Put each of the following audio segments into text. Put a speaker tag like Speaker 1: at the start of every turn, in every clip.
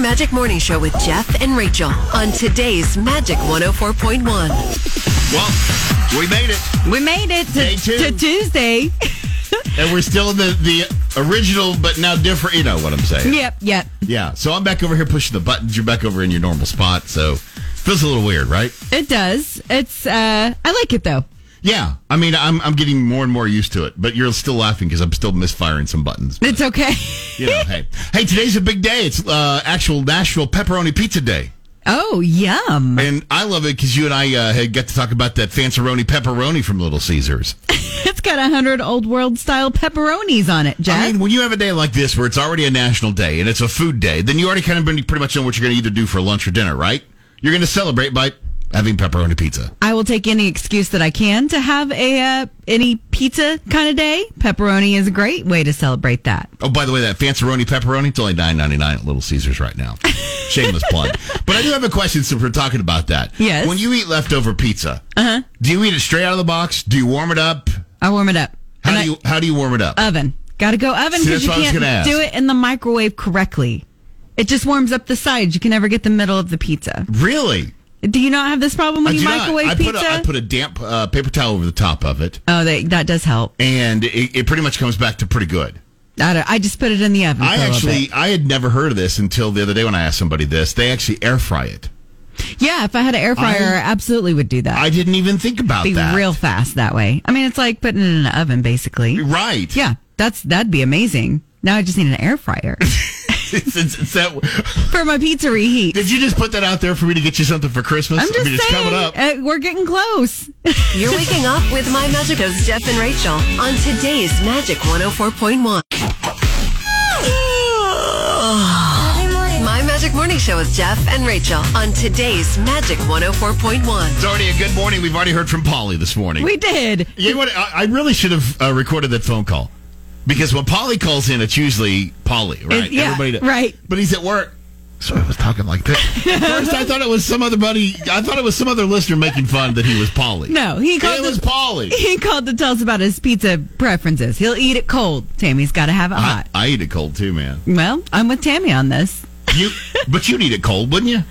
Speaker 1: Magic Morning Show with Jeff and Rachel on today's Magic 104.1.
Speaker 2: Well, we made it,
Speaker 3: We made it
Speaker 2: Day two.
Speaker 3: to, to Tuesday.
Speaker 2: and we're still in the the original, but now different. You know what I'm saying?
Speaker 3: yep, yep.
Speaker 2: Yeah. So I'm back over here pushing the buttons. You're back over in your normal spot. So feels a little weird, right?
Speaker 3: It does. It's uh I like it though.
Speaker 2: Yeah. I mean, I'm I'm getting more and more used to it, but you're still laughing because I'm still misfiring some buttons.
Speaker 3: It's okay.
Speaker 2: You know, hey, hey, today's a big day. It's uh, actual Nashville Pepperoni Pizza Day.
Speaker 3: oh, yum.
Speaker 2: And I love it because you and I uh, had got to talk about that fanceroni pepperoni from Little Caesars.
Speaker 3: It's got a hundred old world style pepperonis on it, Jeff.
Speaker 2: I mean, when you have a day like this where it's already a national day and it's a food day, then you already kind of pretty much know what you're going to either do for lunch or dinner, right? You're going to celebrate by having pepperoni pizza.
Speaker 3: I will take any excuse that I can to have a uh, any pizza kind of day. Pepperoni is a great way to celebrate that.
Speaker 2: Oh, by the way, that fanceroni pepperoni, it's only nine ninety nine at Little Caesars right now. Shameless plug. But I do have a question since we're talking about that.
Speaker 3: Yes.
Speaker 2: When you eat leftover pizza, uh-huh. do you eat it straight out of the box? Do you warm it up?
Speaker 3: I warm it up.
Speaker 2: How do
Speaker 3: And I- Uh,
Speaker 2: you how do you warm it up?
Speaker 3: oven? Got to go oven
Speaker 2: See, that's
Speaker 3: because you
Speaker 2: what I was gonna
Speaker 3: can't
Speaker 2: ask.
Speaker 3: do it in the microwave correctly. It just warms up the sides. You can never get the middle of the pizza.
Speaker 2: really?
Speaker 3: Do you not have this problem when
Speaker 2: I
Speaker 3: you
Speaker 2: do not.
Speaker 3: microwave
Speaker 2: I
Speaker 3: pizza?
Speaker 2: put a, I put a damp uh, paper towel over the top of it,
Speaker 3: oh, that that does help.
Speaker 2: and it, it pretty much comes back to pretty good.
Speaker 3: I, don't, I just put it in the oven.
Speaker 2: I
Speaker 3: for a little
Speaker 2: actually I had never heard of this until the other day when I asked somebody this. They actually air fry it.
Speaker 3: bit. yeah. If I had an air fryer, I, absolutely would do that.
Speaker 2: I didn't even think about
Speaker 3: be
Speaker 2: that.
Speaker 3: real fast that way. I mean, it's like putting it in an oven, basically.
Speaker 2: Right.
Speaker 3: Yeah, that's that'd be amazing. Now I just need an air fryer
Speaker 2: It's- it's- it's that-
Speaker 3: for my pizza reheat.
Speaker 2: did you just put that out there for me to get you something for Christmas?
Speaker 3: I'm
Speaker 2: I
Speaker 3: just
Speaker 2: mean, it's
Speaker 3: saying,
Speaker 2: coming up.
Speaker 3: uh, we're getting close.
Speaker 1: You're waking up with My Magic of Jeff and Rachel on today's Magic 104.1. My Magic Morning Show with Jeff and Rachel on today's Magic 104.1.
Speaker 2: It's already a good morning. We've already heard from Polly this morning.
Speaker 3: We did.
Speaker 2: you know what? I, I really should have uh, recorded that phone call because when Polly calls in, it's usually Polly, right?
Speaker 3: It- yeah,
Speaker 2: does.
Speaker 3: right.
Speaker 2: But he's at work. So I was talking like that. At First, I thought it was some other buddy. I thought it was some other listener making fun that he was Polly.
Speaker 3: No, he called.
Speaker 2: it
Speaker 3: to-
Speaker 2: was Polly.
Speaker 3: He called to tell us about his pizza preferences. He'll eat it cold. Tammy's got to have it
Speaker 2: I,
Speaker 3: hot.
Speaker 2: I eat it cold too, man.
Speaker 3: Well, I'm with Tammy on this.
Speaker 2: You, but you'd eat it cold, wouldn't you?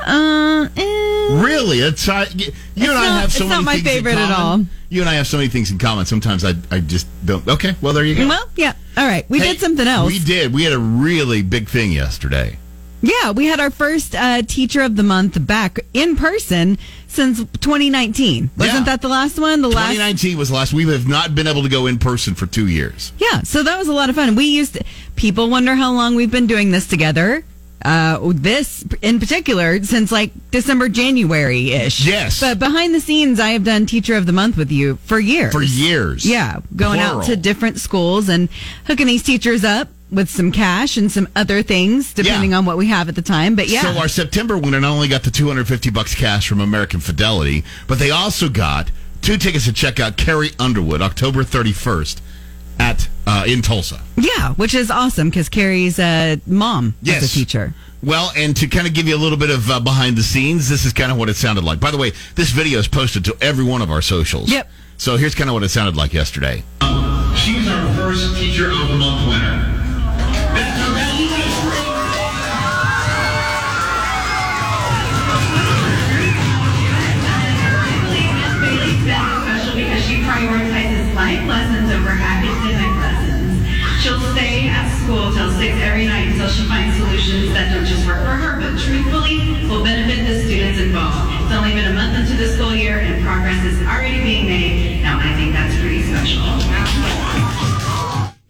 Speaker 3: Uh, eh.
Speaker 2: Really? It's I, you and I
Speaker 3: not-
Speaker 2: have so
Speaker 3: it's
Speaker 2: many
Speaker 3: not my
Speaker 2: things in
Speaker 3: favorite at
Speaker 2: common.
Speaker 3: all.
Speaker 2: You and I have so many things in common. Sometimes I, I just don't. Okay, well there you go.
Speaker 3: Well, yeah. All right. We
Speaker 2: Hey,
Speaker 3: did something else.
Speaker 2: We did. We had a really big thing yesterday.
Speaker 3: yeah, we had our first uh, Teacher of the Month back in person since 2019. Wasn't
Speaker 2: Yeah.
Speaker 3: that the last one? The last.
Speaker 2: 2019 was last. We have not been able to go in person for two years.
Speaker 3: Yeah, so that was a lot of fun. We used people wonder how long we've been doing this together. Uh, this in particular since like December, January ish.
Speaker 2: Yes.
Speaker 3: But behind the scenes, I have done Teacher of the Month with you for years.
Speaker 2: For years.
Speaker 3: Yeah, going out to
Speaker 2: Plural.
Speaker 3: different schools and hooking these teachers up with some cash and some other things, depending
Speaker 2: Yeah.
Speaker 3: on what we have at the time. But yeah,
Speaker 2: So our September winner not only got the 250 bucks cash from American Fidelity, but they also got two tickets to check out Carrie Underwood October 31st at uh, in Tulsa.
Speaker 3: yeah, which is awesome because Carrie's uh, mom
Speaker 2: Yes.
Speaker 3: is a teacher.
Speaker 2: Well, and to kind of give you a little bit of uh, behind the scenes, this is kind of what it sounded like. By the way, this video is posted to every one of our socials.
Speaker 3: Yep.
Speaker 2: So here's kind of what it sounded like yesterday.
Speaker 4: She's our first Teacher of the Month winner.
Speaker 5: Bailey's been special because she prioritizes life lessons over academic lessons. She'll stay at school till six every night until she finds solutions that don't just work for her, but truthfully will benefit the students involved. It's only been a month into the school year and progress is already being made. Now, I think that's pretty special.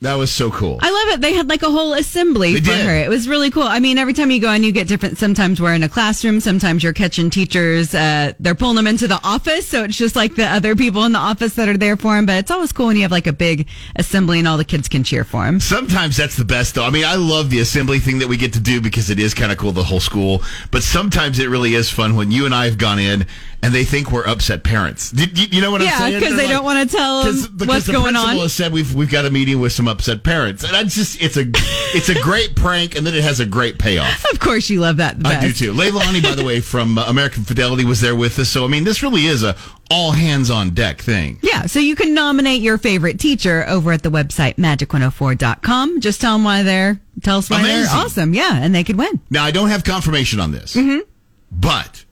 Speaker 2: That was so cool.
Speaker 3: I love it. They had like a whole assembly
Speaker 2: They
Speaker 3: for
Speaker 2: did.
Speaker 3: her. It was really cool. I mean, every time you go in, you get different. Sometimes we're in a classroom. Sometimes you're catching teachers. Uh, they're pulling them into the office. So it's just like the other people in the office that are there for them. But it's always cool when you have like a big assembly and all the kids can cheer for them.
Speaker 2: Sometimes that's the best, though. I mean, I love the assembly thing that we get to do because it is kind of cool, the whole school. But sometimes it really is fun when you and I have gone in and they think we're upset parents. Did, you, you know what I'm
Speaker 3: Yeah,
Speaker 2: saying?
Speaker 3: because
Speaker 2: They're like-
Speaker 3: they don't want to tell
Speaker 2: 'Cause-
Speaker 3: them
Speaker 2: because
Speaker 3: what's
Speaker 2: the
Speaker 3: going
Speaker 2: principal
Speaker 3: on.
Speaker 2: Has said we've we've got a meeting with some upset parents. And I just it's a it's a great prank, and then it has a great payoff.
Speaker 3: Of course, you love that the best.
Speaker 2: I do too. Leilani, by the way, from uh, American Fidelity, was there with us. So I mean, this really is a all hands on deck thing.
Speaker 3: Yeah, so you can nominate your favorite teacher over at the website magic104.com. Just tell them why they're, tell us why they're
Speaker 2: Amazing.
Speaker 3: awesome. Yeah, and they could win.
Speaker 2: Now I don't have confirmation on this,
Speaker 3: Mm-hmm.
Speaker 2: but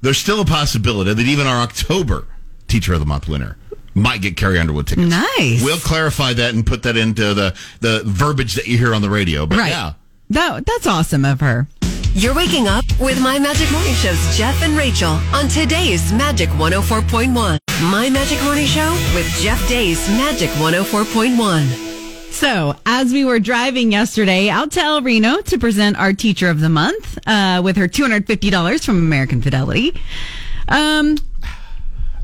Speaker 2: there's still a possibility that even our October Teacher of the Month winner might get Carrie Underwood tickets.
Speaker 3: Nice.
Speaker 2: We'll clarify that and put that into the the verbiage that you hear on the radio. But
Speaker 3: right.
Speaker 2: yeah.
Speaker 3: That, that's awesome of her.
Speaker 1: You're waking up with My Magic Morning Show's Jeff and Rachel on today's Magic 104.1. My Magic Morning Show with Jeff Day's Magic 104.1.
Speaker 3: So, as we were driving yesterday out to El Reno to present our Teacher of the Month uh, with her $250 from American Fidelity, um,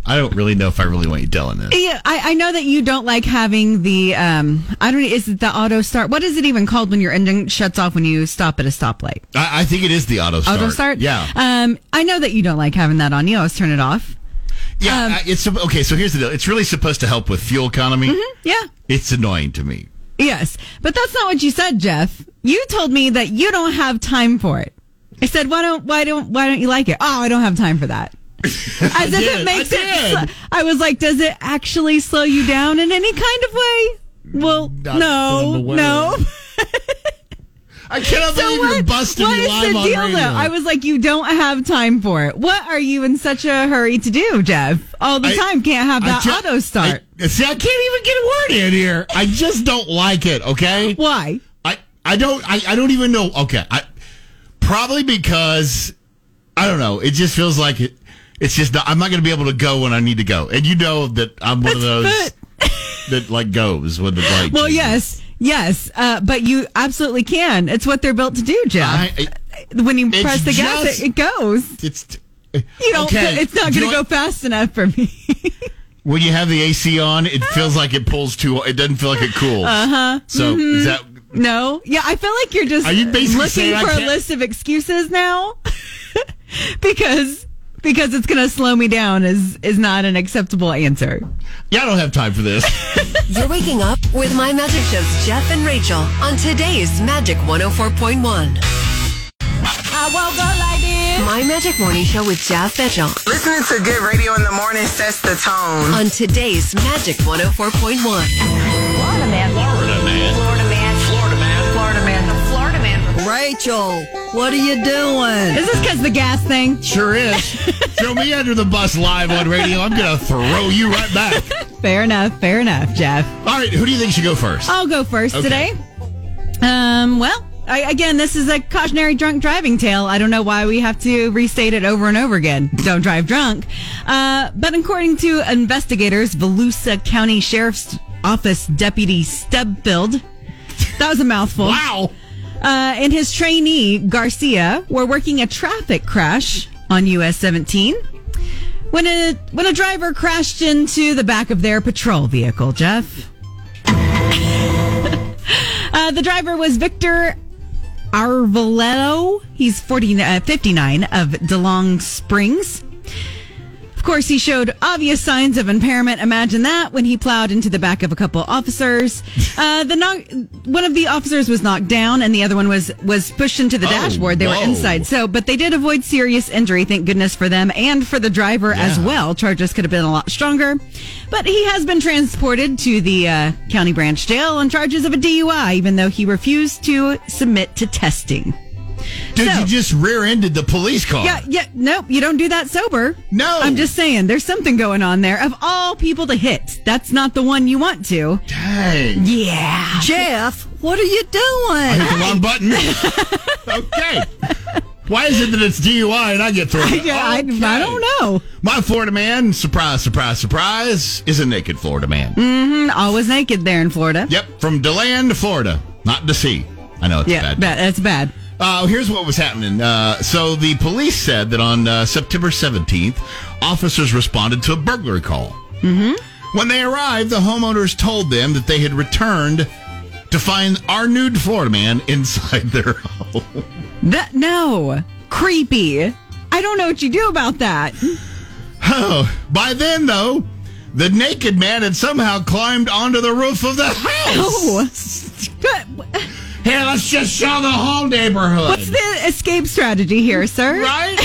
Speaker 2: I don't really know if I really want you telling this.
Speaker 3: yeah, I, I know that you don't like having the, um, I don't is it the auto start? What is it even called when your engine shuts off when you stop at a stoplight?
Speaker 2: I, I think it is the auto start.
Speaker 3: Auto start?
Speaker 2: Yeah.
Speaker 3: Um, I know that you don't like having that on. You always turn it off. um,
Speaker 2: yeah. I- it's supp- okay. So here's the deal. It's really supposed to help with fuel economy.
Speaker 3: Yeah.
Speaker 2: It's annoying to me.
Speaker 3: Yes. But that's not what you said, Jeff. You told me that you don't have time for it. I said, why don't, why don't, why don't you like it? Oh, I don't have time for that. As if
Speaker 2: did, I
Speaker 3: it makes it,
Speaker 2: did.
Speaker 3: sl- I was like, does it actually slow you down in any kind of way? Well,
Speaker 2: Not that I'm
Speaker 3: no,
Speaker 2: aware
Speaker 3: no.
Speaker 2: of. I cannot
Speaker 3: So
Speaker 2: believe you're
Speaker 3: what,
Speaker 2: busting
Speaker 3: what
Speaker 2: me
Speaker 3: is
Speaker 2: live
Speaker 3: the
Speaker 2: on
Speaker 3: deal
Speaker 2: radio.
Speaker 3: though? I was like, you don't have time for it. What are you in such a hurry to do, Jeff? All the
Speaker 2: I-
Speaker 3: time can't have
Speaker 2: I
Speaker 3: that
Speaker 2: ju-
Speaker 3: auto start.
Speaker 2: I- see, I can't even get a word in here. I just don't like it. Okay.
Speaker 3: Why?
Speaker 2: I I don't I, I don't even know. Okay. I probably because I don't know. It just feels like it. It's just not, I'm not going to be able to go when I need to go, and you know that I'm one of those that like goes when the like.
Speaker 3: Well,
Speaker 2: changes.
Speaker 3: yes, yes, uh, but you absolutely can. It's what they're built to do, Jeff.
Speaker 2: I,
Speaker 3: when you
Speaker 2: it's
Speaker 3: press the gas,
Speaker 2: just-
Speaker 3: it, it goes.
Speaker 2: it's t-
Speaker 3: You don't.
Speaker 2: Okay,
Speaker 3: It's not
Speaker 2: you know
Speaker 3: going to go
Speaker 2: what?
Speaker 3: fast enough for me.
Speaker 2: When you have the AC on, it feels like it pulls too. It doesn't feel like it cools. Uh
Speaker 3: Uh-huh.
Speaker 2: huh. So
Speaker 3: Mm-hmm.
Speaker 2: is that?
Speaker 3: no. Yeah, I feel like you're just
Speaker 2: Are you basically
Speaker 3: looking
Speaker 2: saying I
Speaker 3: for a
Speaker 2: can't-
Speaker 3: list of excuses now, because because it's going to slow me down is is not an acceptable answer.
Speaker 2: Yeah, I don't have time for this.
Speaker 1: You're waking up with My Magic Show's Jeff and Rachel on today's Magic 104.1.
Speaker 3: I woke up like this.
Speaker 1: My Magic Morning Show with Jeff Mitchell
Speaker 6: Listening to good radio in the morning sets the tone.
Speaker 1: on today's Magic 104.1.
Speaker 7: Florida man. Florida man. Florida man. Florida man. Florida man. Florida man.
Speaker 1: Rachel, what are you doing?
Speaker 3: Is this because the gas thing?
Speaker 2: Sure is. Throw me under the bus live on radio. I'm going to throw you right back.
Speaker 3: Fair enough. Fair enough, Jeff.
Speaker 2: All right, who do you think should go first?
Speaker 3: I'll go first
Speaker 2: Okay.
Speaker 3: today. Um, well, I, again, this is a cautionary drunk driving tale. I don't know why we have to restate it over and over again. Don't drive drunk. Uh, but according to investigators, Volusia County Sheriff's Office Deputy Stubfield, that was a mouthful.
Speaker 2: Wow.
Speaker 3: Uh, and his trainee, Garcia, were working a traffic crash on US 17 when a, when a driver crashed into the back of their patrol vehicle, Jeff. uh, the driver was Victor Arvaleto. He's 40, uh, 59 of DeLong Springs. Of course, he showed obvious signs of impairment. Imagine that when he plowed into the back of a couple officers. Uh, the knock, one of the officers was knocked down, and the other one was was pushed into the
Speaker 2: Oh,
Speaker 3: dashboard. They
Speaker 2: whoa.
Speaker 3: were inside, so but they did avoid serious injury. Thank goodness for them and for the driver as
Speaker 2: Yeah.
Speaker 3: well. Charges could have been a lot stronger, but he has been transported to the uh, county branch jail on charges of a DUI, even though he refused to submit to testing.
Speaker 2: Dude,
Speaker 3: So-
Speaker 2: you just rear ended the police car.
Speaker 3: Yeah, yeah, nope. You don't do that sober.
Speaker 2: No.
Speaker 3: I'm just saying, there's something going on there. Of all people to hit, that's not the one you want to.
Speaker 2: Dang.
Speaker 3: Yeah.
Speaker 1: Jeff, what are you
Speaker 2: I
Speaker 1: doing?
Speaker 2: hit the wrong button. okay. Why is it that it's DUI and I get thrown?
Speaker 3: Yeah, I,
Speaker 2: Okay.
Speaker 3: I don't know.
Speaker 2: My Florida man, surprise, surprise, surprise, is a naked Florida man.
Speaker 3: Always Mm, naked there in Florida.
Speaker 2: Yep, from DeLand to Florida, not to sea. I know it's
Speaker 3: Yeah,
Speaker 2: bad.
Speaker 3: ba- that's bad.
Speaker 2: Uh, here's what was happening. Uh, so the police said that on uh, September 17th, officers responded to a burglary call. Mm-hmm. When they arrived, the homeowners told them that they had returned to find our nude Florida man inside their home.
Speaker 3: That no, creepy. I don't know what you do about that.
Speaker 2: Oh, by then, though, the naked man had somehow climbed onto the roof of the house.
Speaker 3: Oh,
Speaker 2: Here, let's just show the whole neighborhood.
Speaker 3: What's the escape strategy here, sir?
Speaker 2: Right?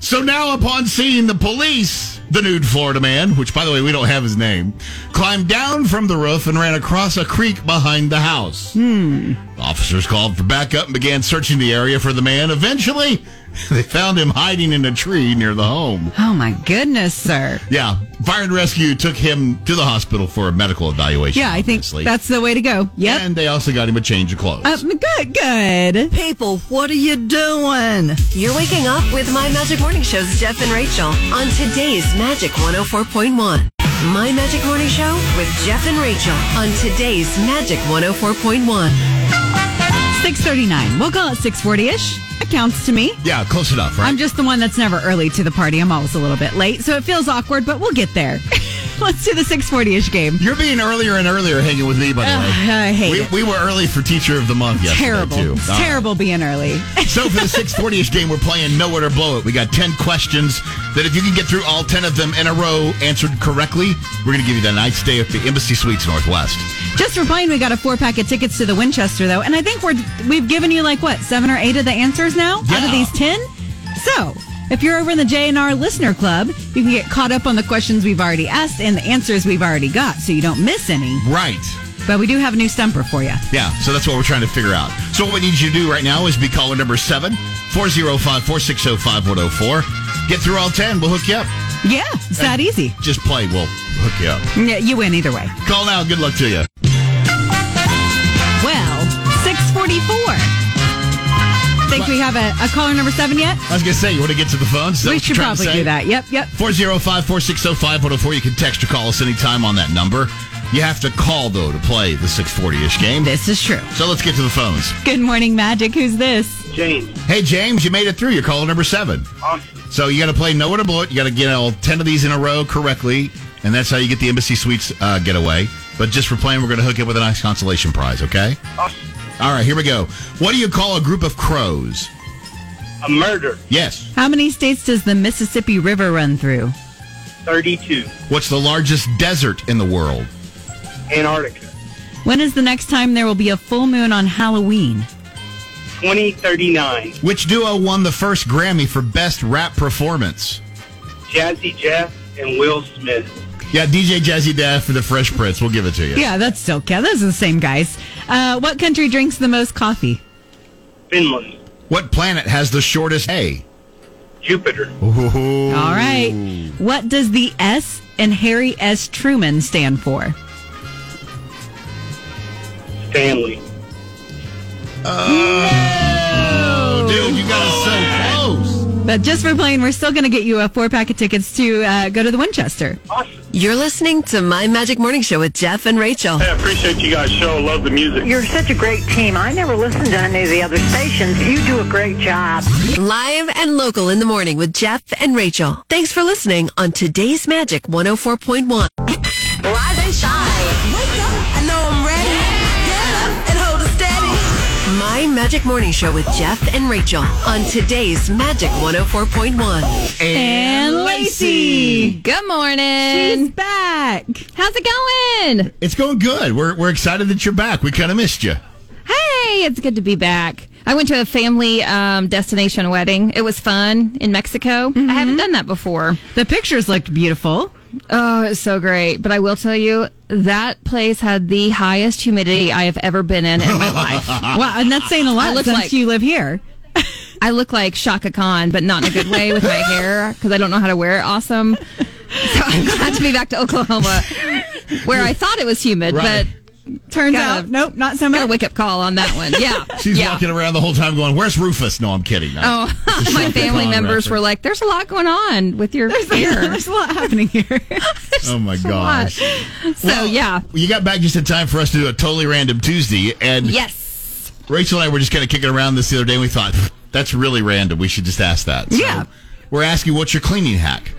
Speaker 2: so now, upon seeing the police, the nude Florida man, which by the way, we don't have his name, climbed down from the roof and ran across a creek behind the house.
Speaker 3: Hmm.
Speaker 2: Officers called for backup and began searching the area for the man. Eventually, they found him hiding in a tree near the home.
Speaker 3: Oh my goodness, sir.
Speaker 2: Yeah, fire and rescue took him to the hospital for a medical evaluation.
Speaker 3: Yeah, I think
Speaker 2: obviously.
Speaker 3: that's the way to go. Yep.
Speaker 2: And they also got him a change of clothes.
Speaker 3: Um, good, good.
Speaker 8: People, what are you doing?
Speaker 1: You're waking up with My Magic Morning Show's Jeff and Rachel on today's Magic 104.1. My Magic Morning Show with Jeff and Rachel on today's Magic 104.1.
Speaker 3: 639. We'll call it 640-ish. Accounts to me.
Speaker 2: yeah, close enough, right?
Speaker 3: I'm just the one that's never early to the party. I'm always a little bit late, so it feels awkward, but we'll get there. Let's do the 640-ish game.
Speaker 2: You're being earlier and earlier hanging with me, by the
Speaker 3: Ugh,
Speaker 2: way.
Speaker 3: I hate
Speaker 2: we,
Speaker 3: it.
Speaker 2: we were early for Teacher of the Month yesterday,
Speaker 3: terrible.
Speaker 2: too.
Speaker 3: It's
Speaker 2: All right.
Speaker 3: terrible being early.
Speaker 2: So for the 640-ish game, we're playing Know It or Blow It. We got 10 questions that if you can get through all 10 of them in a row answered correctly, we're going to give you the night stay at the Embassy Suites Northwest.
Speaker 3: Just for playing, we got a four pack of tickets to the Winchester, though, and I think we're we've given you like what seven or eight of the answers now out
Speaker 2: Yeah.
Speaker 3: of these ten. So if you're over in the JNR Listener Club, you can get caught up on the questions we've already asked and the answers we've already got, so you don't miss any.
Speaker 2: Right.
Speaker 3: But we do have a new stumper for you.
Speaker 2: Yeah, so that's what we're trying to figure out. So what we need you to do right now is be caller number 7, 405-460-5104. Get through all 10. We'll hook you up.
Speaker 3: Yeah, it's that easy.
Speaker 2: Just play. We'll hook you up.
Speaker 3: Yeah, you win either way.
Speaker 2: Call now. Good luck to you.
Speaker 3: Well, six forty four. Think we have a, a caller number seven yet?
Speaker 2: I was going to say, you want to get to the phones? Is that
Speaker 3: we
Speaker 2: what you're
Speaker 3: should
Speaker 2: trying to say?
Speaker 3: probably do that. Yep, yep.
Speaker 2: 405-460-5104. You can text or call us anytime on that number. You have to call, though, to play the 640-ish game.
Speaker 3: This is true.
Speaker 2: So let's get to the phones.
Speaker 3: Good morning, Magic. Who's this?
Speaker 2: Hey, James, you made it through. You're caller number 7. So you got to play Nowhere to Blow It. You got to get all 10 of these in a row correctly. And that's how you get the Embassy Suites uh, getaway. But just for playing, we're going to hook you up with a nice consolation prize, okay? All right, here we go. What do you call a group of crows?
Speaker 9: A murder.
Speaker 2: Yes.
Speaker 3: How many states does the Mississippi River run through?
Speaker 9: 32.
Speaker 2: What's the largest desert in the world?
Speaker 9: Antarctica.
Speaker 3: When is the next time there will be a full moon on Halloween?
Speaker 9: 2039.
Speaker 2: Which duo won the first Grammy for Best Rap Performance?
Speaker 9: Jazzy Jeff and Will Smith.
Speaker 2: Yeah, DJ Jazzy Def for the Fresh Prince. We'll give it to you.
Speaker 3: Yeah, that's still yeah, those are the same guys. Uh, what country drinks the most coffee?
Speaker 9: Finland.
Speaker 2: What planet has the shortest hay?
Speaker 9: Jupiter.
Speaker 3: All right. What does the S and Harry S. Truman stand for?
Speaker 9: Stanley.
Speaker 2: Oh, dude, you got us so close.
Speaker 3: But just for playing, we're still going to get you a four pack of tickets to uh, go to the Winchester.
Speaker 9: Awesome.
Speaker 1: You're listening to My Magic Morning Show with Jeff and Rachel.
Speaker 9: I appreciate you guys' show. Love the music.
Speaker 8: You're such a great team. I never listened to any of the other stations. You do a great job.
Speaker 1: Live and local in the morning with Jeff and Rachel. Thanks for listening on today's Magic 104.1.
Speaker 8: Rise and shine. Wake up. I know I'm ready. Get up and hold it steady.
Speaker 1: My Magic Morning Show with Jeff and Rachel on today's Magic 104.1.
Speaker 3: And Lacey.
Speaker 10: Good
Speaker 3: She's
Speaker 10: morning.
Speaker 3: back.
Speaker 10: How's it going?
Speaker 2: It's going good. We're, we're excited that you're back. We kind of missed you.
Speaker 10: Hey, it's good to be back. I went to a family um, destination wedding. It was fun in Mexico. I haven't done that before.
Speaker 3: The pictures looked beautiful.
Speaker 10: Oh, it's so great. But I will tell you, that place had the highest humidity I have ever been in in my life.
Speaker 3: Wow, and that's saying a
Speaker 10: I
Speaker 3: lot
Speaker 10: look
Speaker 3: since
Speaker 10: like-
Speaker 3: you live here.
Speaker 10: I look like Shaka Khan, but not in a good way with my hair because I don't know how to wear it awesome. So I'm glad to be back to Oklahoma where I thought it was humid,
Speaker 2: Right.
Speaker 10: but turns
Speaker 3: Got
Speaker 10: out,
Speaker 3: a- nope, not so
Speaker 10: got a
Speaker 3: much.
Speaker 10: wake up call on that one. Yeah.
Speaker 2: She's
Speaker 10: yeah.
Speaker 2: walking around the whole time going, Where's Rufus? No, I'm kidding. I-
Speaker 10: Oh, my family
Speaker 2: Khan
Speaker 10: members were
Speaker 2: reference.
Speaker 10: like, "There's a lot going on with your hair."
Speaker 3: There's a lot happening here.
Speaker 2: oh my
Speaker 10: a lot.
Speaker 2: gosh.
Speaker 10: so yeah,
Speaker 2: You got back just in time for us to do a totally random Tuesday. And
Speaker 10: yes,
Speaker 2: Rachel and I were just kind of kicking around this the other day. And we thought, That's really random. We should just ask that. So
Speaker 3: Yeah.
Speaker 2: We're asking, What's your cleaning hack?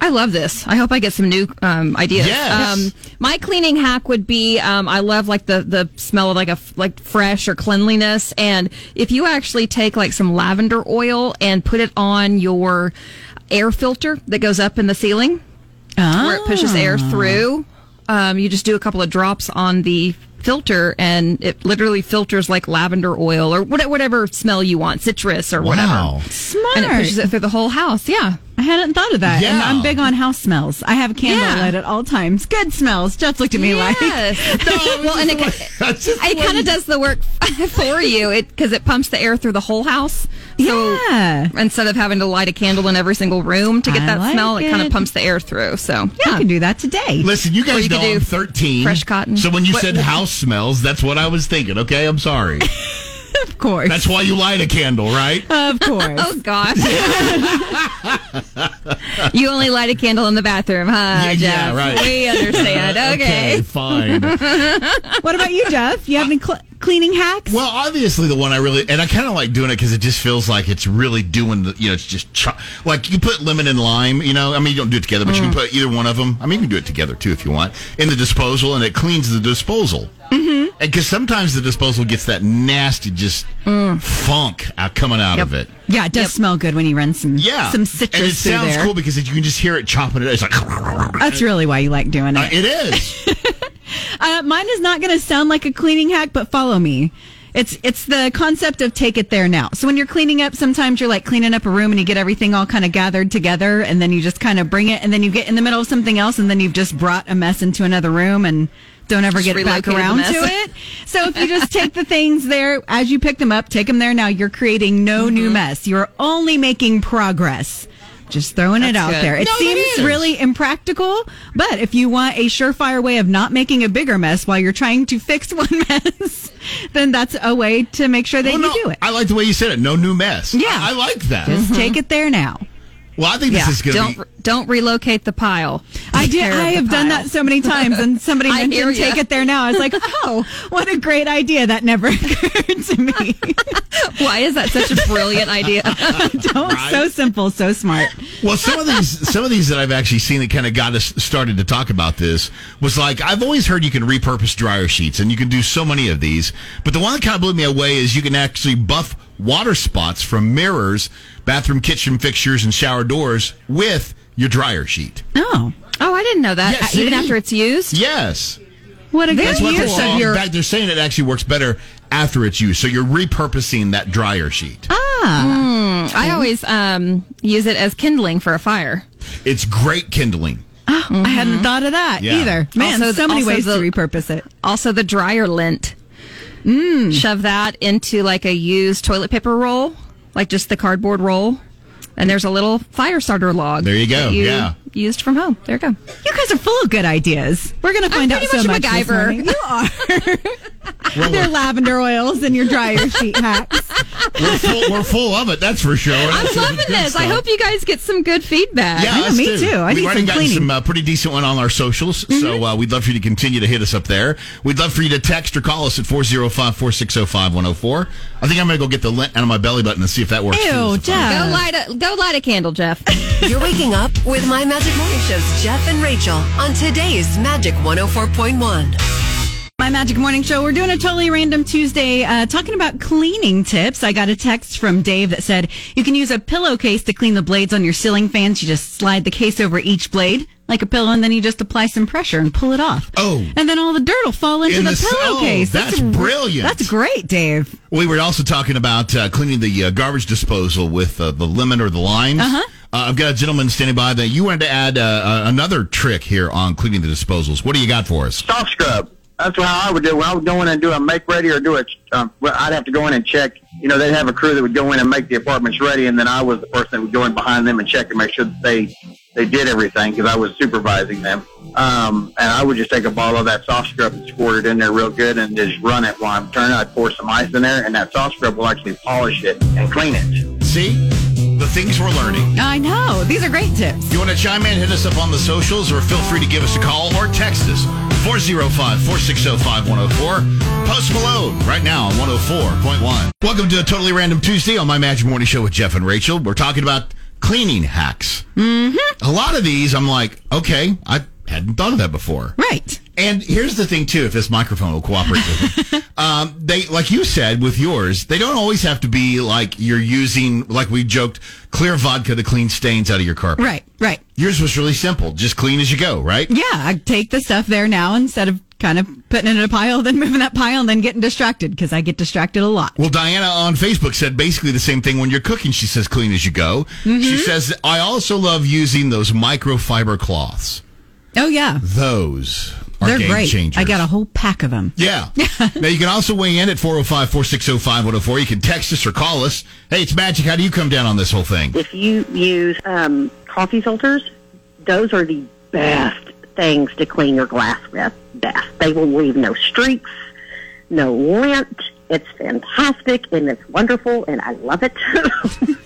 Speaker 10: I love this. I hope I get some new um, ideas.
Speaker 2: Yes.
Speaker 10: Um, my cleaning hack would be um, I love like the the smell of like a f- like fresh or cleanliness, and if you actually take like some lavender oil and put it on your air filter that goes up in the
Speaker 3: Oh, Ah.
Speaker 10: ceiling. where it pushes air through. Um, you just do a couple of drops on the filter, and it literally filters like lavender oil or what- whatever smell you want, citrus or
Speaker 2: Wow.
Speaker 10: whatever.
Speaker 3: Smart.
Speaker 10: And it pushes it through the whole house. Yeah.
Speaker 3: I hadn't thought of that. And
Speaker 2: Yeah.
Speaker 3: I'm big on house smells. I have candle
Speaker 10: Yeah.
Speaker 3: lit at all times. Good smells. Jeff looked at me like,
Speaker 10: Yes. well, and it,
Speaker 2: That's just the
Speaker 10: it
Speaker 2: way
Speaker 10: kind
Speaker 2: you-
Speaker 10: of does the work for you It because it, pumps the air through the whole house. So
Speaker 3: Yeah.
Speaker 10: instead of having to light a candle in every single room to get
Speaker 3: I
Speaker 10: that
Speaker 3: like
Speaker 10: smell, it, kind
Speaker 3: it.
Speaker 10: of pumps the air through. So
Speaker 3: I
Speaker 10: yeah.
Speaker 3: can do that today.
Speaker 2: Listen, you guys
Speaker 10: you
Speaker 2: know
Speaker 10: could
Speaker 2: I'm
Speaker 10: do
Speaker 2: 13.
Speaker 10: fresh cotton.
Speaker 2: So when you
Speaker 10: What-
Speaker 2: said house smells, that's what I was thinking. Okay, I'm sorry.
Speaker 3: Of course.
Speaker 2: That's why you light a candle, right?
Speaker 3: of course.
Speaker 10: Oh gosh. you only light a candle in the bathroom, huh,
Speaker 2: Yeah, yeah,
Speaker 10: Jeff?
Speaker 2: right.
Speaker 10: We understand. Okay.
Speaker 2: fine.
Speaker 3: what about you, Jeff? You have any cl- cleaning hacks?
Speaker 2: Well, obviously the one I really and I kind of like doing it because it just feels like it's really doing the you know it's just chop like you put lemon and lime you know I mean you don't do it together but you can
Speaker 10: Mm.
Speaker 2: put either one of them I mean you can do it together too if you want in the disposal and it cleans the disposal mm-hmm. and because sometimes the disposal gets that nasty just
Speaker 10: Mm.
Speaker 2: funk out coming out of it
Speaker 3: yeah, it does smell good when you run some
Speaker 2: yeah
Speaker 3: some citrus
Speaker 2: and it
Speaker 3: through
Speaker 2: sounds
Speaker 3: there.
Speaker 2: cool because you can just hear it chopping it it's like
Speaker 3: That's really why you like doing
Speaker 2: Uh, it
Speaker 3: it.
Speaker 2: is
Speaker 3: Uh, mine is not going to sound like a cleaning hack, but follow me. It's it's the concept of take it there now. So when you're cleaning up, sometimes you're like cleaning up a room and you get everything all kind of gathered together, and then you just kind of bring it, and then you get in the middle of something else, and then you've just brought a mess into another room and. Don't ever
Speaker 10: Just
Speaker 3: get back
Speaker 10: relocated the
Speaker 3: around to
Speaker 10: mess.
Speaker 3: it. So if you just take the things there as you pick them up, take them there now, you're creating no
Speaker 10: Mm-hmm.
Speaker 3: new mess. You're only making progress. Just throwing it
Speaker 10: That's
Speaker 3: out
Speaker 10: good.
Speaker 3: there. It
Speaker 2: No, that
Speaker 3: seems
Speaker 2: is.
Speaker 3: really impractical, but if you want a surefire way of not making a bigger mess while you're trying to fix one mess, then that's a way to make sure that
Speaker 2: Well,
Speaker 3: you
Speaker 2: no,
Speaker 3: do it.
Speaker 2: I like the way you said it no new mess
Speaker 3: Yeah.
Speaker 2: I, I like that
Speaker 3: Just take it there now.
Speaker 2: well I think this
Speaker 3: Yeah.
Speaker 2: is gonna
Speaker 10: Don't
Speaker 2: be
Speaker 10: don't relocate the pile.
Speaker 3: I
Speaker 10: Take
Speaker 3: did.
Speaker 10: care of
Speaker 3: I
Speaker 10: the
Speaker 3: have done
Speaker 10: pile.
Speaker 3: that so many times, and somebody
Speaker 10: I hear
Speaker 3: mentioned
Speaker 10: ya.
Speaker 3: take it there now. I was like, oh, what a great idea! That never occurred to me.
Speaker 10: Why is that such a brilliant idea? Oh,
Speaker 3: Don't
Speaker 2: Right.
Speaker 3: so simple, so smart.
Speaker 2: Well, some of these, some of these that I've actually seen that kind of got us started to talk about this was like I've always heard you can repurpose dryer sheets, and you can do so many of these. But the one that kind of blew me away is you can actually buff water spots from mirrors, bathroom, kitchen fixtures, and shower doors with your dryer sheet.
Speaker 3: Oh,
Speaker 10: oh, I didn't know that.
Speaker 2: Yes,
Speaker 10: Uh, Even
Speaker 2: see?
Speaker 10: after it's used.
Speaker 2: Yes,
Speaker 3: what a
Speaker 10: That's
Speaker 3: good
Speaker 2: That's what they're
Speaker 3: use
Speaker 10: Use
Speaker 2: saying.
Speaker 3: of your
Speaker 2: In fact, they're saying it actually works better after it's used. So you're repurposing that dryer sheet.
Speaker 3: ah.
Speaker 10: I always um, use it as kindling for a fire.
Speaker 2: It's great kindling.
Speaker 3: I hadn't thought of that
Speaker 2: Yeah.
Speaker 3: either. Man,
Speaker 10: Mm-hmm. Also-
Speaker 3: so many
Speaker 10: also
Speaker 3: ways
Speaker 10: the-
Speaker 3: to repurpose it.
Speaker 10: Also, the dryer lint.
Speaker 2: Mm.
Speaker 10: Shove that into like a used toilet paper roll, like just the cardboard roll. And there's a little fire starter log.
Speaker 2: There you go,
Speaker 10: that
Speaker 2: yeah.
Speaker 10: Used from home. There you go.
Speaker 3: You guys are full of good ideas. We're gonna find out
Speaker 10: pretty
Speaker 3: so
Speaker 10: much
Speaker 3: much.
Speaker 10: a
Speaker 3: this
Speaker 10: MacGyver.
Speaker 3: morning. You are.
Speaker 2: We're,
Speaker 3: Your lavender oils and your dryer sheet hacks.
Speaker 2: we're full, we're full of it. That's for sure.
Speaker 10: I'm loving this. I hope you guys get some good feedback.
Speaker 2: Yeah,
Speaker 3: I know,
Speaker 2: us
Speaker 3: me too. I
Speaker 2: We've already
Speaker 3: need some
Speaker 2: gotten
Speaker 3: cleaning. Mm-hmm.
Speaker 2: some uh, pretty decent one on our socials, so uh, we'd love for you to continue to hit us up there. We'd love for you to text or call us at 405-460-5104. I think I'm going to go get the lint out of my belly button and see if that works.
Speaker 3: Ew,
Speaker 2: too. It's a fun-
Speaker 3: Jeff.
Speaker 10: Go light a go light a candle, Jeff.
Speaker 1: You're waking up with My Magic Morning Show's Jeff and Rachel on today's Magic 104.1.
Speaker 3: My Magic Morning Show. We're doing a totally random Tuesday uh, talking about cleaning tips. I got a text from Dave that said you can use a pillowcase to clean the blades on your ceiling fans. You just slide the case over each blade like a pillow, and then you just apply some pressure and pull it off.
Speaker 2: Oh.
Speaker 3: and then all the dirt will fall into
Speaker 2: In
Speaker 3: the,
Speaker 2: the s- oh,
Speaker 3: pillowcase.
Speaker 2: that's brilliant.
Speaker 3: That's great, Dave.
Speaker 2: We were also talking about uh, cleaning the uh, garbage disposal with uh, the lemon or the limes. Uh-huh. I've got a gentleman standing by that you wanted to add uh, uh, another trick here on cleaning the disposals. What do you got for us?
Speaker 11: soft scrub. That's how I would do. it. When I would go in and do a make ready or do a, um, well, I'd have to go in and check. You know, they'd have a crew that would go in and make the apartments ready, and then I was the person that would go in behind them and check and make sure that they they did everything because I was supervising them. Um, and I would just take a bottle of that soft scrub and squirt it in there real good and just run it while I'm turning. I'd pour some ice in there, and that soft scrub will actually polish it and clean it.
Speaker 2: See? The things we're learning.
Speaker 3: I know. These are great tips.
Speaker 2: You want to chime in, hit us up on the socials, or feel free to give us a call or text us 405 460 5104. Post Malone right now on 104.1. Welcome to a totally random Tuesday on my Magic Morning Show with Jeff and Rachel. We're talking about cleaning hacks. Mm-hmm. A lot of these, I'm like, okay, I hadn't thought of that before.
Speaker 3: Right.
Speaker 2: And here's the thing too, if this microphone will cooperate with me. um, they, like you said with yours, they don't always have to be like you're using, like we joked, clear vodka to clean stains out of your carpet.
Speaker 3: Right. Right.
Speaker 2: Yours was really simple, just clean as you go, right?
Speaker 3: Yeah, I take the stuff there now instead of kind of putting it in a pile, then moving that pile, and then getting distracted because I get distracted a lot.
Speaker 2: Well, Diana on Facebook said basically the same thing when you're cooking. She says, clean as you go.
Speaker 3: Mm-hmm.
Speaker 2: She says, I also love using those microfiber cloths.
Speaker 3: Oh yeah,
Speaker 2: Those are
Speaker 3: they're
Speaker 2: game
Speaker 3: great.
Speaker 2: changers.
Speaker 3: I got a whole pack of them.
Speaker 2: Yeah. now you can also weigh in at 405 460 5104. You can text us or call us. Hey, it's Magic. How do you come down on this whole thing?
Speaker 12: If you use um, coffee filters, those are the best things to clean your glass with. Best. They will leave no streaks, no lint. It's fantastic and it's wonderful and I love it.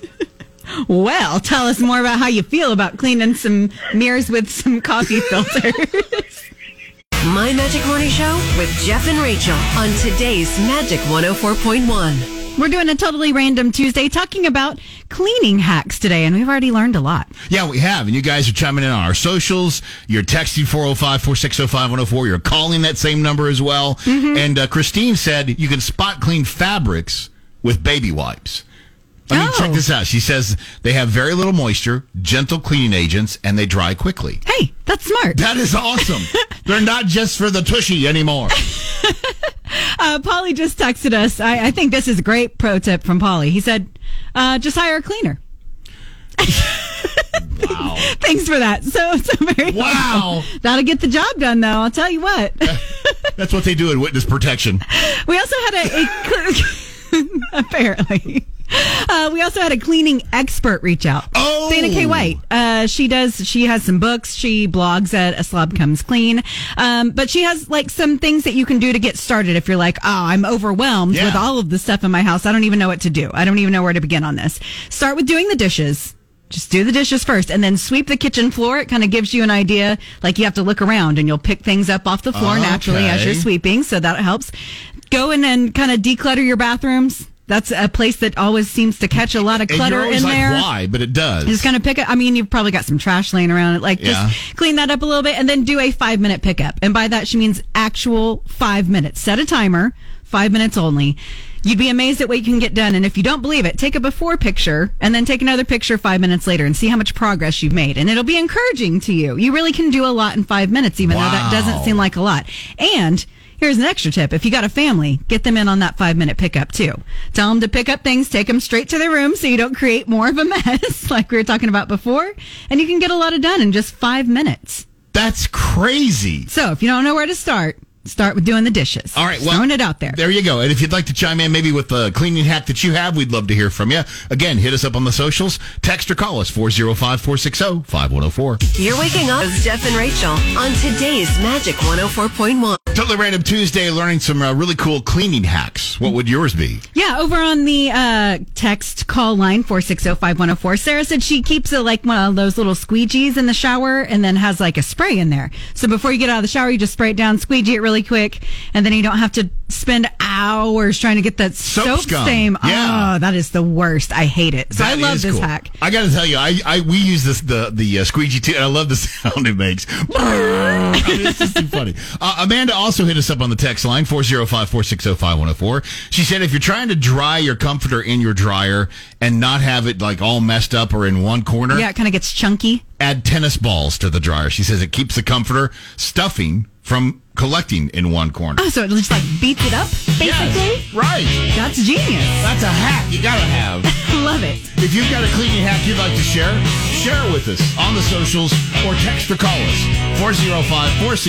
Speaker 3: Well, tell us more about how you feel about cleaning some mirrors with some coffee filters.
Speaker 1: My Magic Morning Show with Jeff and Rachel on today's Magic 104.1.
Speaker 3: We're doing a totally random Tuesday talking about cleaning hacks today, and we've already learned a lot.
Speaker 2: Yeah, we have. And you guys are chiming in on our socials. You're texting 405 460 5104. You're calling that same number as well.
Speaker 3: Mm-hmm.
Speaker 2: And uh, Christine said you can spot clean fabrics with baby wipes. I mean,
Speaker 3: Oh.
Speaker 2: check this out. She says they have very little moisture, gentle cleaning agents, and they dry quickly.
Speaker 3: Hey, that's smart.
Speaker 2: That is awesome. They're not just for the tushy anymore.
Speaker 3: Uh, Polly just texted us. I, I think this is a great pro tip from Polly. He said, uh, just hire a cleaner.
Speaker 2: wow.
Speaker 3: Thanks for that. So, so very
Speaker 2: Wow.
Speaker 3: helpful. That'll get the job done, though. I'll tell you what.
Speaker 2: That's what they do in witness protection.
Speaker 3: We also had a, a cl- apparently. Uh, we also had a cleaning expert reach out.
Speaker 2: Oh,
Speaker 3: Dana K. White. Uh, she does. She has some books. She blogs at A Slob Comes Clean. Um, but she has like some things that you can do to get started if you're like, oh, I'm overwhelmed
Speaker 13: Yeah.
Speaker 3: with all of the stuff in my house. I don't even know what to do. I don't even know where to begin on this. Start with doing the dishes. Just do the dishes first and then sweep the kitchen floor. It kind of gives you an idea. Like you have to look around and you'll pick things up off the floor naturally as you're
Speaker 13: Okay.
Speaker 3: sweeping. So that helps. Go in and kind of declutter your bathrooms. That's a place that always seems to catch a lot
Speaker 2: And
Speaker 3: of
Speaker 2: you're
Speaker 3: clutter
Speaker 2: always
Speaker 3: in
Speaker 2: like,
Speaker 3: there.
Speaker 2: why? But it does.
Speaker 3: Just kind of pick up. I mean, you've probably got some trash laying around. It like
Speaker 2: Yeah.
Speaker 3: just clean that up a little bit, and then do a five minute pickup. And by that, she means actual five minutes. Set a timer, five minutes only. You'd be amazed at what you can get done. And if you don't believe it, take a before picture and then take another picture five minutes later and see how much progress you've made. And it'll be encouraging to you. You really can do a lot in five minutes, even though that doesn't
Speaker 13: Wow.
Speaker 3: seem like a lot. And here's an extra tip. If you got a family, get them in on that five minute pickup too. Tell them to pick up things, take them straight to their room so you don't create more of a mess like we were talking about before. And you can get a lot of done in just five minutes.
Speaker 2: That's crazy.
Speaker 3: So if you don't know where to start, start with doing the dishes.
Speaker 2: All right, well,
Speaker 3: Throwing it out there.
Speaker 2: There you go. And if you'd like to chime in maybe with the cleaning hack that you have, we'd love to hear from you. Again, hit us up on the socials. Text or call us 405 460 5104.
Speaker 1: You're waking up with Jeff and Rachel on today's Magic 104.1.
Speaker 2: Totally Random Tuesday, learning some uh, really cool cleaning hacks. What would yours be?
Speaker 3: Yeah, over on the uh, text call line 460-5104, Sarah said she keeps it like one of those little squeegees in the shower and then has like a spray in there. So before you get out of the shower, you just spray it down, squeegee it really quick, and then you don't have to spend hours trying to get that soap,
Speaker 2: scum.
Speaker 3: stain.
Speaker 2: Yeah.
Speaker 3: Oh, that is the worst. I hate it. So I
Speaker 2: That
Speaker 3: love
Speaker 2: is
Speaker 3: this
Speaker 2: cool.
Speaker 3: hack.
Speaker 2: I got to tell you, I, I we use this the the uh, squeegee too, and I love the sound it makes. I mean, it's just too funny. Uh, Amanda also hit us up on the text line 405-460-5104. She said if you're trying to dry your comforter in your dryer and not have it like all messed up or in one corner,
Speaker 3: Yeah, it kind of gets chunky.
Speaker 2: add tennis balls to the dryer. She says it keeps the comforter stuffing from collecting in one corner.
Speaker 3: Oh, so it just like beats it up, basically?
Speaker 2: right.
Speaker 3: That's genius.
Speaker 2: That's a hack. You gotta have.
Speaker 3: love it.
Speaker 2: If you've got a cleaning hack you'd like to share, share it with us on the socials or text or call us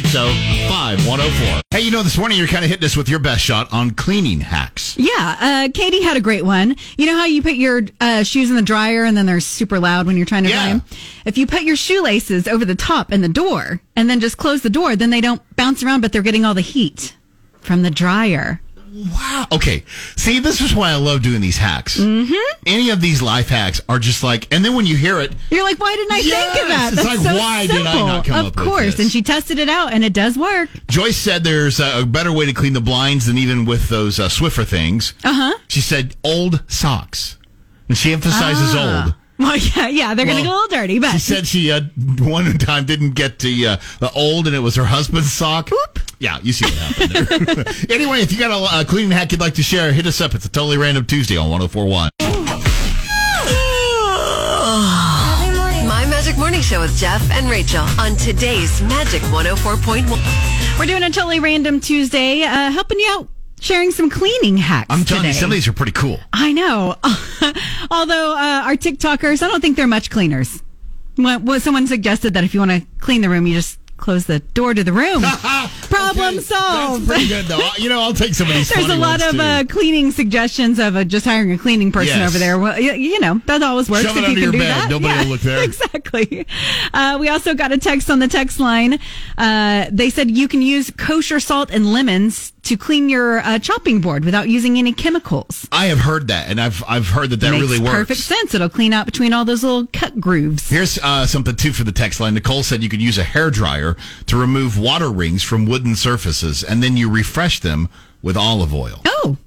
Speaker 2: 405-460-5104. Hey, you know, this morning you're kind of hitting us with your best shot on cleaning hacks.
Speaker 3: Yeah, uh, Katie had a great one. You know how you put your uh, shoes in the dryer and then they're super loud when you're trying to dry them? If you put your shoelaces over the top and the door and then just close the door, then they don't bounce around, but they're getting all the heat from the dryer.
Speaker 2: Wow. Okay. See, this is why I love doing these hacks. Mm-hmm. Any of these life hacks are just like, and then when you hear it,
Speaker 3: You're like, why didn't I think of
Speaker 2: Yes,
Speaker 3: that?
Speaker 2: it's like, why did I not come
Speaker 3: of
Speaker 2: up with
Speaker 3: course. And she tested it out and it does work.
Speaker 2: Joyce said there's a a better way to clean the blinds than even with those uh, Swiffer things.
Speaker 3: Uh huh.
Speaker 2: She said old socks. And she emphasizes
Speaker 3: Ah.
Speaker 2: old.
Speaker 3: Well, yeah, yeah, they're going to
Speaker 2: Well,
Speaker 3: get a little dirty, but
Speaker 2: She said she uh, one time didn't get the uh, the old, and it was her husband's sock. Yeah, you see what happened there. anyway, if you got a uh, cleaning hack you'd like to share, hit us up. It's a totally random Tuesday on 1041.
Speaker 1: My Magic Morning Show Morning Show with Jeff and Rachel on today's Magic 104.1.
Speaker 3: We're doing a totally random Tuesday, uh, helping you out, sharing some cleaning hacks.
Speaker 2: I'm telling you,
Speaker 3: today.
Speaker 2: some of these are pretty cool.
Speaker 3: I know. Although uh, our TikTokers, I don't think they're much cleaners. Well, well, someone suggested that if you want to clean the room, you just close the door to the room. Problem
Speaker 2: That's
Speaker 3: solved.
Speaker 2: pretty good, though. You know, I'll take some of these.
Speaker 3: There's a
Speaker 2: funny
Speaker 3: lot
Speaker 2: ones,
Speaker 3: of
Speaker 2: too.
Speaker 3: uh, cleaning suggestions of uh, just hiring a cleaning person
Speaker 2: Yes.
Speaker 3: over there. Well, you, you know that always works
Speaker 2: Shove it
Speaker 3: if you
Speaker 2: under your
Speaker 3: can do
Speaker 2: bed.
Speaker 3: that.
Speaker 2: Nobody will look there.
Speaker 3: Exactly. Uh, we also got a text on the text line. Uh, they said you can use kosher salt and lemons to clean your uh, chopping board without using any chemicals.
Speaker 2: I have heard that, and I've I've heard that that
Speaker 3: Makes
Speaker 2: really works.
Speaker 3: Perfect sense. It'll clean out between all those little cut grooves.
Speaker 2: Here's uh, something too for the text line. Nicole said you could use a hair dryer to remove water rings from wooden surfaces, and then you refresh them with olive oil.
Speaker 3: Oh,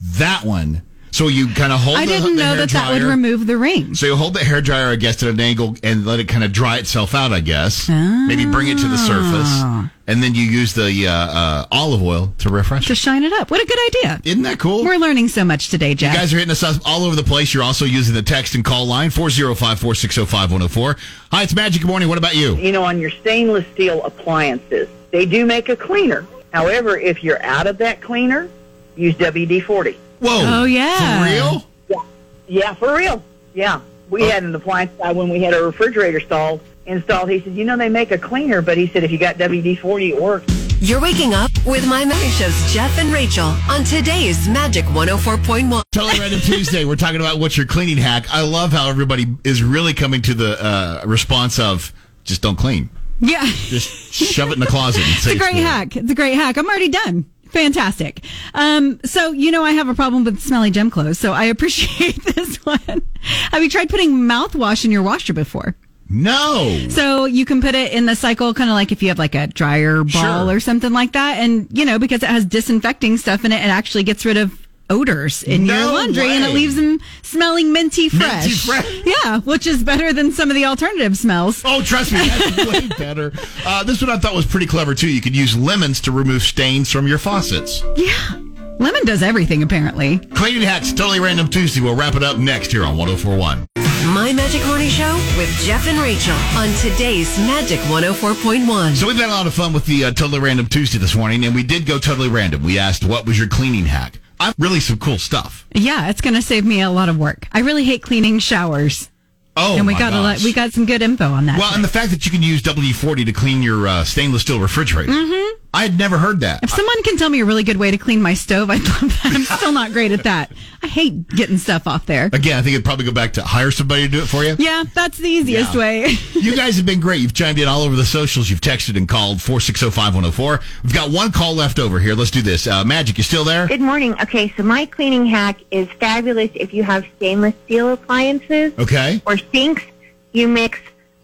Speaker 2: that one. So you kind of hold.
Speaker 3: I
Speaker 2: the- the
Speaker 3: didn't know
Speaker 2: hair
Speaker 3: that that would
Speaker 2: dryer-
Speaker 3: remove the rings.
Speaker 2: So you hold the hair dryer, I guess, at an angle and let it kind of dry itself out. I guess maybe bring it to the
Speaker 3: Ah.
Speaker 2: surface, and then you use the uh, uh, olive oil to refresh.
Speaker 3: To shine it up. What a good idea.
Speaker 2: Isn't that cool?
Speaker 3: We're learning so much today, Jeff.
Speaker 2: You guys are hitting us up all over the place. You're also using the text and call line 405 460 5104. Hi, it's Magic Good Morning. What about you?
Speaker 11: you know, on your stainless steel appliances. They do make a cleaner. However, if you're out of that cleaner, use WD 40.
Speaker 2: Whoa.
Speaker 3: Oh, yeah. For real?
Speaker 11: Yeah. Yeah, for real. Yeah. We had an appliance guy when we had a refrigerator stall installed. He said, You know, they make a cleaner, but he said, If you got WD 40, it works.
Speaker 1: You're waking up with My Morning Show's Jeff and Rachel on today's Magic 104.1.
Speaker 2: Totally Random Tuesday. We're talking about what's your cleaning hack. I love how everybody is really coming to the uh, response of just don't clean.
Speaker 3: Yeah.
Speaker 2: Just shove it in the closet. And
Speaker 3: It's a great hack. It's a great hack. I'm already done. Fantastic. Um, so, you know, I have a problem with smelly gym clothes, so I appreciate this one. Have you tried putting mouthwash in your washer before?
Speaker 2: No.
Speaker 3: So you can put it in the cycle, kind of like if you have like a dryer ball
Speaker 2: Sure.
Speaker 3: or something like that. And, you know, because it has disinfecting stuff in it, it actually gets rid of odors in your
Speaker 2: No
Speaker 3: laundry and it
Speaker 2: way.
Speaker 3: leaves them smelling minty fresh.
Speaker 2: Minty fresh.
Speaker 3: Yeah, which is better than some of the alternative smells.
Speaker 2: Oh, trust me, that's way better. Uh, this one I thought was pretty clever, too. You could use lemons to remove stains from your faucets.
Speaker 3: Yeah. Lemon does everything, apparently.
Speaker 2: Cleaning hacks, totally random Tuesday. We'll wrap it up next here on 1041.
Speaker 1: My Magic Morning Show with Jeff and Rachel on today's Magic 104.1.
Speaker 2: So we've had a lot of fun with the uh, Totally Random Tuesday this morning, and we did go totally random. We asked, what was your cleaning hack? i really some cool stuff.
Speaker 3: Yeah, it's going to save me a lot of work. I really hate cleaning showers.
Speaker 2: Oh,
Speaker 3: and we
Speaker 2: my
Speaker 3: got a lot.
Speaker 2: gosh.
Speaker 3: We got some good info on that.
Speaker 2: Well, and the fact that you can use WD-40 to clean your uh, stainless steel refrigerator. Mm-hmm. I had never heard that.
Speaker 3: if someone can tell me a really good way to clean my stove, I'd love that. I'm still not great at that. I hate getting stuff off there.
Speaker 2: Again, I think it'd probably go back to hire somebody to do it for you.
Speaker 3: Yeah, that's the easiest
Speaker 2: Yeah.
Speaker 3: way.
Speaker 2: you guys have been great. You've chimed in all over the socials. You've texted and called 460-5104. We've got one call left over here. Let's do this. Uh, Magic, you still there?
Speaker 14: Good morning. Okay, so my cleaning hack is fabulous if you have stainless steel appliances
Speaker 2: Okay.
Speaker 14: or sinks. You mix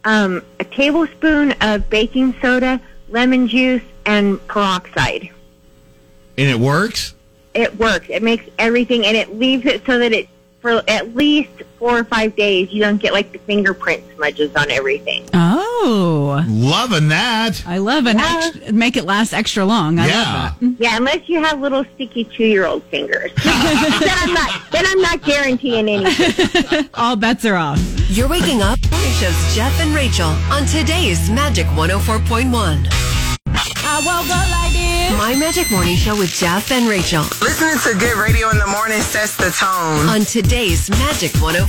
Speaker 14: um, a tablespoon of baking soda, lemon juice, and peroxide.
Speaker 2: And it works?
Speaker 14: It works. It makes everything, and it leaves it so that it for at least four or five days you don't get like the fingerprint smudges on everything.
Speaker 3: Oh,
Speaker 2: loving that.
Speaker 3: I love an
Speaker 14: Yeah.
Speaker 3: ex- make it last extra long. I love that.
Speaker 14: Yeah, unless you have little sticky two-year-old fingers, then I'm not. Then I'm not guaranteeing anything.
Speaker 3: All bets are off.
Speaker 1: You're waking up Morning Show's Jeff and Rachel on today's Magic 104.1.
Speaker 15: I woke up like this.
Speaker 1: My Magic Morning Show with Jeff and Rachel
Speaker 8: Listening to good radio in the morning sets the tone.
Speaker 1: on today's Magic 104.1.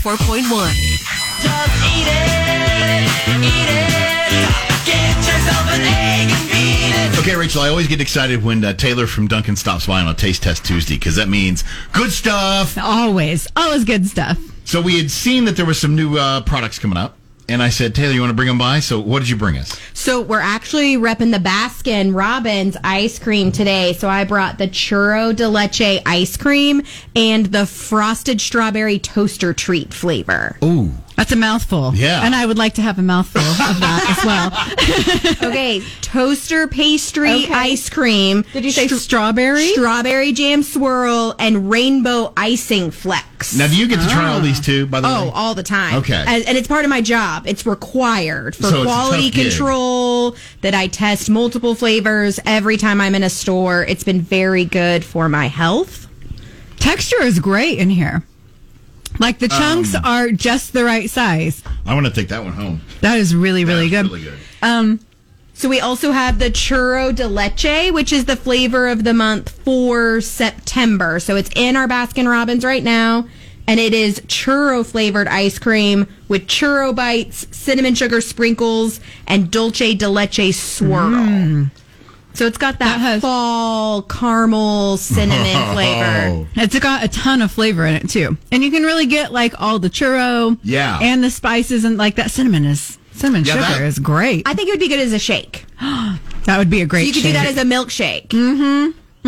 Speaker 15: Just eat it, eat it. Get yourself an egg and beat it.
Speaker 2: Mm-hmm. Okay, Rachel, I always get excited when uh, Taylor from Duncan stops by on a Taste Test Tuesday because that means good stuff.
Speaker 3: Always, always good stuff.
Speaker 2: So we had seen that there was some new uh, products coming up, and I said, Taylor, you want to bring them by? So what did you bring us?
Speaker 10: So we're actually repping the Baskin Robbins ice cream today. So I brought the churro de leche ice cream and the frosted strawberry toaster treat flavor.
Speaker 2: Ooh.
Speaker 3: That's a mouthful.
Speaker 10: Yeah.
Speaker 3: And I would like to have a mouthful of that as well.
Speaker 10: okay, toaster pastry ice cream. Did you
Speaker 3: say
Speaker 10: strawberry? Strawberry jam swirl and rainbow icing flex.
Speaker 2: Now, do you get to try all
Speaker 3: Ah.
Speaker 2: these too, by the
Speaker 10: oh,
Speaker 2: way?
Speaker 10: all the time.
Speaker 2: Okay.
Speaker 10: And, and it's part of my job. It's required for
Speaker 2: So it's a
Speaker 10: quality
Speaker 2: tough gig.
Speaker 10: control that I test multiple flavors every time I'm in a store. It's been very good for my health.
Speaker 3: Texture is great in here. Like the chunks
Speaker 2: Um,
Speaker 3: are just the right size.
Speaker 2: I want to take that one home.
Speaker 3: That is really, really
Speaker 2: That's
Speaker 3: good.
Speaker 2: really good.
Speaker 10: Um, so we also have the churro de leche, which is the flavor of the month for September. So it's in our Baskin Robbins right now, and it is churro flavored ice cream with churro bites, cinnamon sugar sprinkles, and dulce de leche swirl.
Speaker 3: Mm.
Speaker 10: So it's got that, fall caramel cinnamon flavor.
Speaker 3: It's got a ton of flavor in it too, and you can really get like all the churro,
Speaker 10: Yeah.
Speaker 3: and the spices and like that cinnamon is cinnamon
Speaker 10: Yeah,
Speaker 3: sugar
Speaker 10: that-
Speaker 3: is great.
Speaker 10: I think it would be good as a shake.
Speaker 3: that would be a great.
Speaker 10: so you could do that
Speaker 3: shake. Mm.
Speaker 10: as a milkshake. Mm-hmm.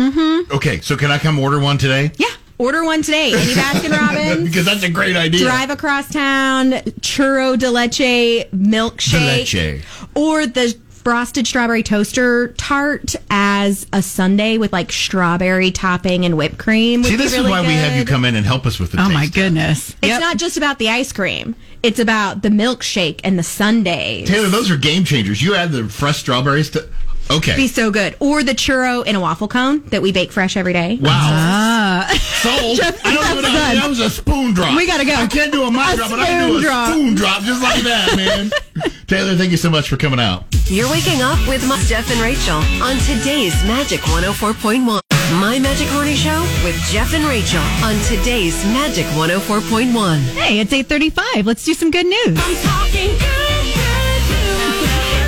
Speaker 10: Mm-hmm.
Speaker 2: Okay, so can I come order one today?
Speaker 10: Yeah. Order one today. Any Baskin Robbins.
Speaker 2: because that's a great idea.
Speaker 10: Drive across town, churro de leche milkshake,
Speaker 2: Leche.
Speaker 10: or the frosted strawberry toaster tart as a sundae with like strawberry topping and whipped cream. would
Speaker 2: See,
Speaker 10: be
Speaker 2: this
Speaker 10: really
Speaker 2: is why we have you
Speaker 10: good.
Speaker 2: come in and help us with the. Oh my
Speaker 3: goodness!
Speaker 10: It's not just about the ice cream; it's about the milkshake and the sundae.
Speaker 2: Taylor, those are game changers. You add the fresh strawberries to. Okay.
Speaker 10: Be so good, or the churro in a waffle cone that we bake fresh every day.
Speaker 2: Wow.
Speaker 3: Ah.
Speaker 2: Sold. I don't even know.
Speaker 10: done.
Speaker 2: That was a spoon drop.
Speaker 10: We gotta go.
Speaker 2: I can't do a mic
Speaker 10: A
Speaker 2: drop, but I can do a
Speaker 10: spoon drop.
Speaker 2: spoon drop just like that, man. Taylor, thank you so much for coming out.
Speaker 1: You're waking up with my, Jeff and Rachel on today's Magic 104.1. My Magic Morning Show with Jeff and Rachel on today's Magic 104.1.
Speaker 3: Hey, it's 8:35. Let's do some good news.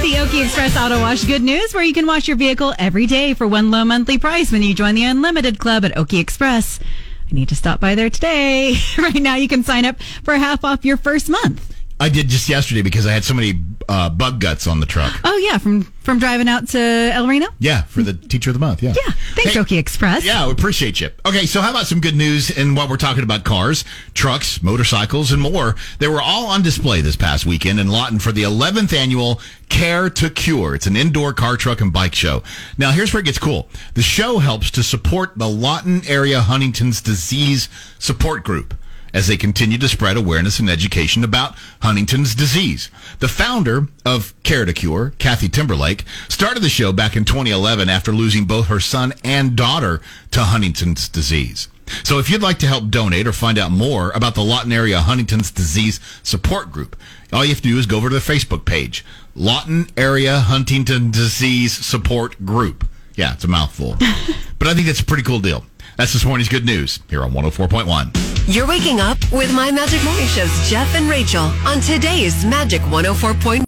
Speaker 3: The Oki Express Auto Wash Good News, where you can wash your vehicle every day for one low monthly price when you join the Unlimited Club at Oki Express. I need to stop by there today. right now, you can sign up for half off your first month.
Speaker 2: I did just yesterday because I had so many uh, bug guts on the truck.
Speaker 3: Oh yeah, from from driving out to El Reno.
Speaker 2: Yeah, for the teacher of the month. Yeah. Yeah.
Speaker 3: Thanks, Oki Express.
Speaker 2: Yeah, we appreciate you. Okay, so how about some good news? And while we're talking about cars, trucks, motorcycles, and more, they were all on display this past weekend in Lawton for the 11th annual Care to Cure. It's an indoor car, truck, and bike show. Now, here's where it gets cool. The show helps to support the Lawton Area Huntington's Disease Support Group as they continue to spread awareness and education about Huntington's disease. The founder of Care to Cure, Kathy Timberlake, started the show back in 2011 after losing both her son and daughter to Huntington's disease. So if you'd like to help donate or find out more about the Lawton Area Huntington's Disease Support Group, all you have to do is go over to their Facebook page, Lawton Area Huntington Disease Support Group. Yeah, it's a mouthful. but I think that's a pretty cool deal. That's this morning's good news here on 104.1.
Speaker 1: You're waking up with My Magic oh Morning Show's Jeff and Rachel on today's Magic 104.1.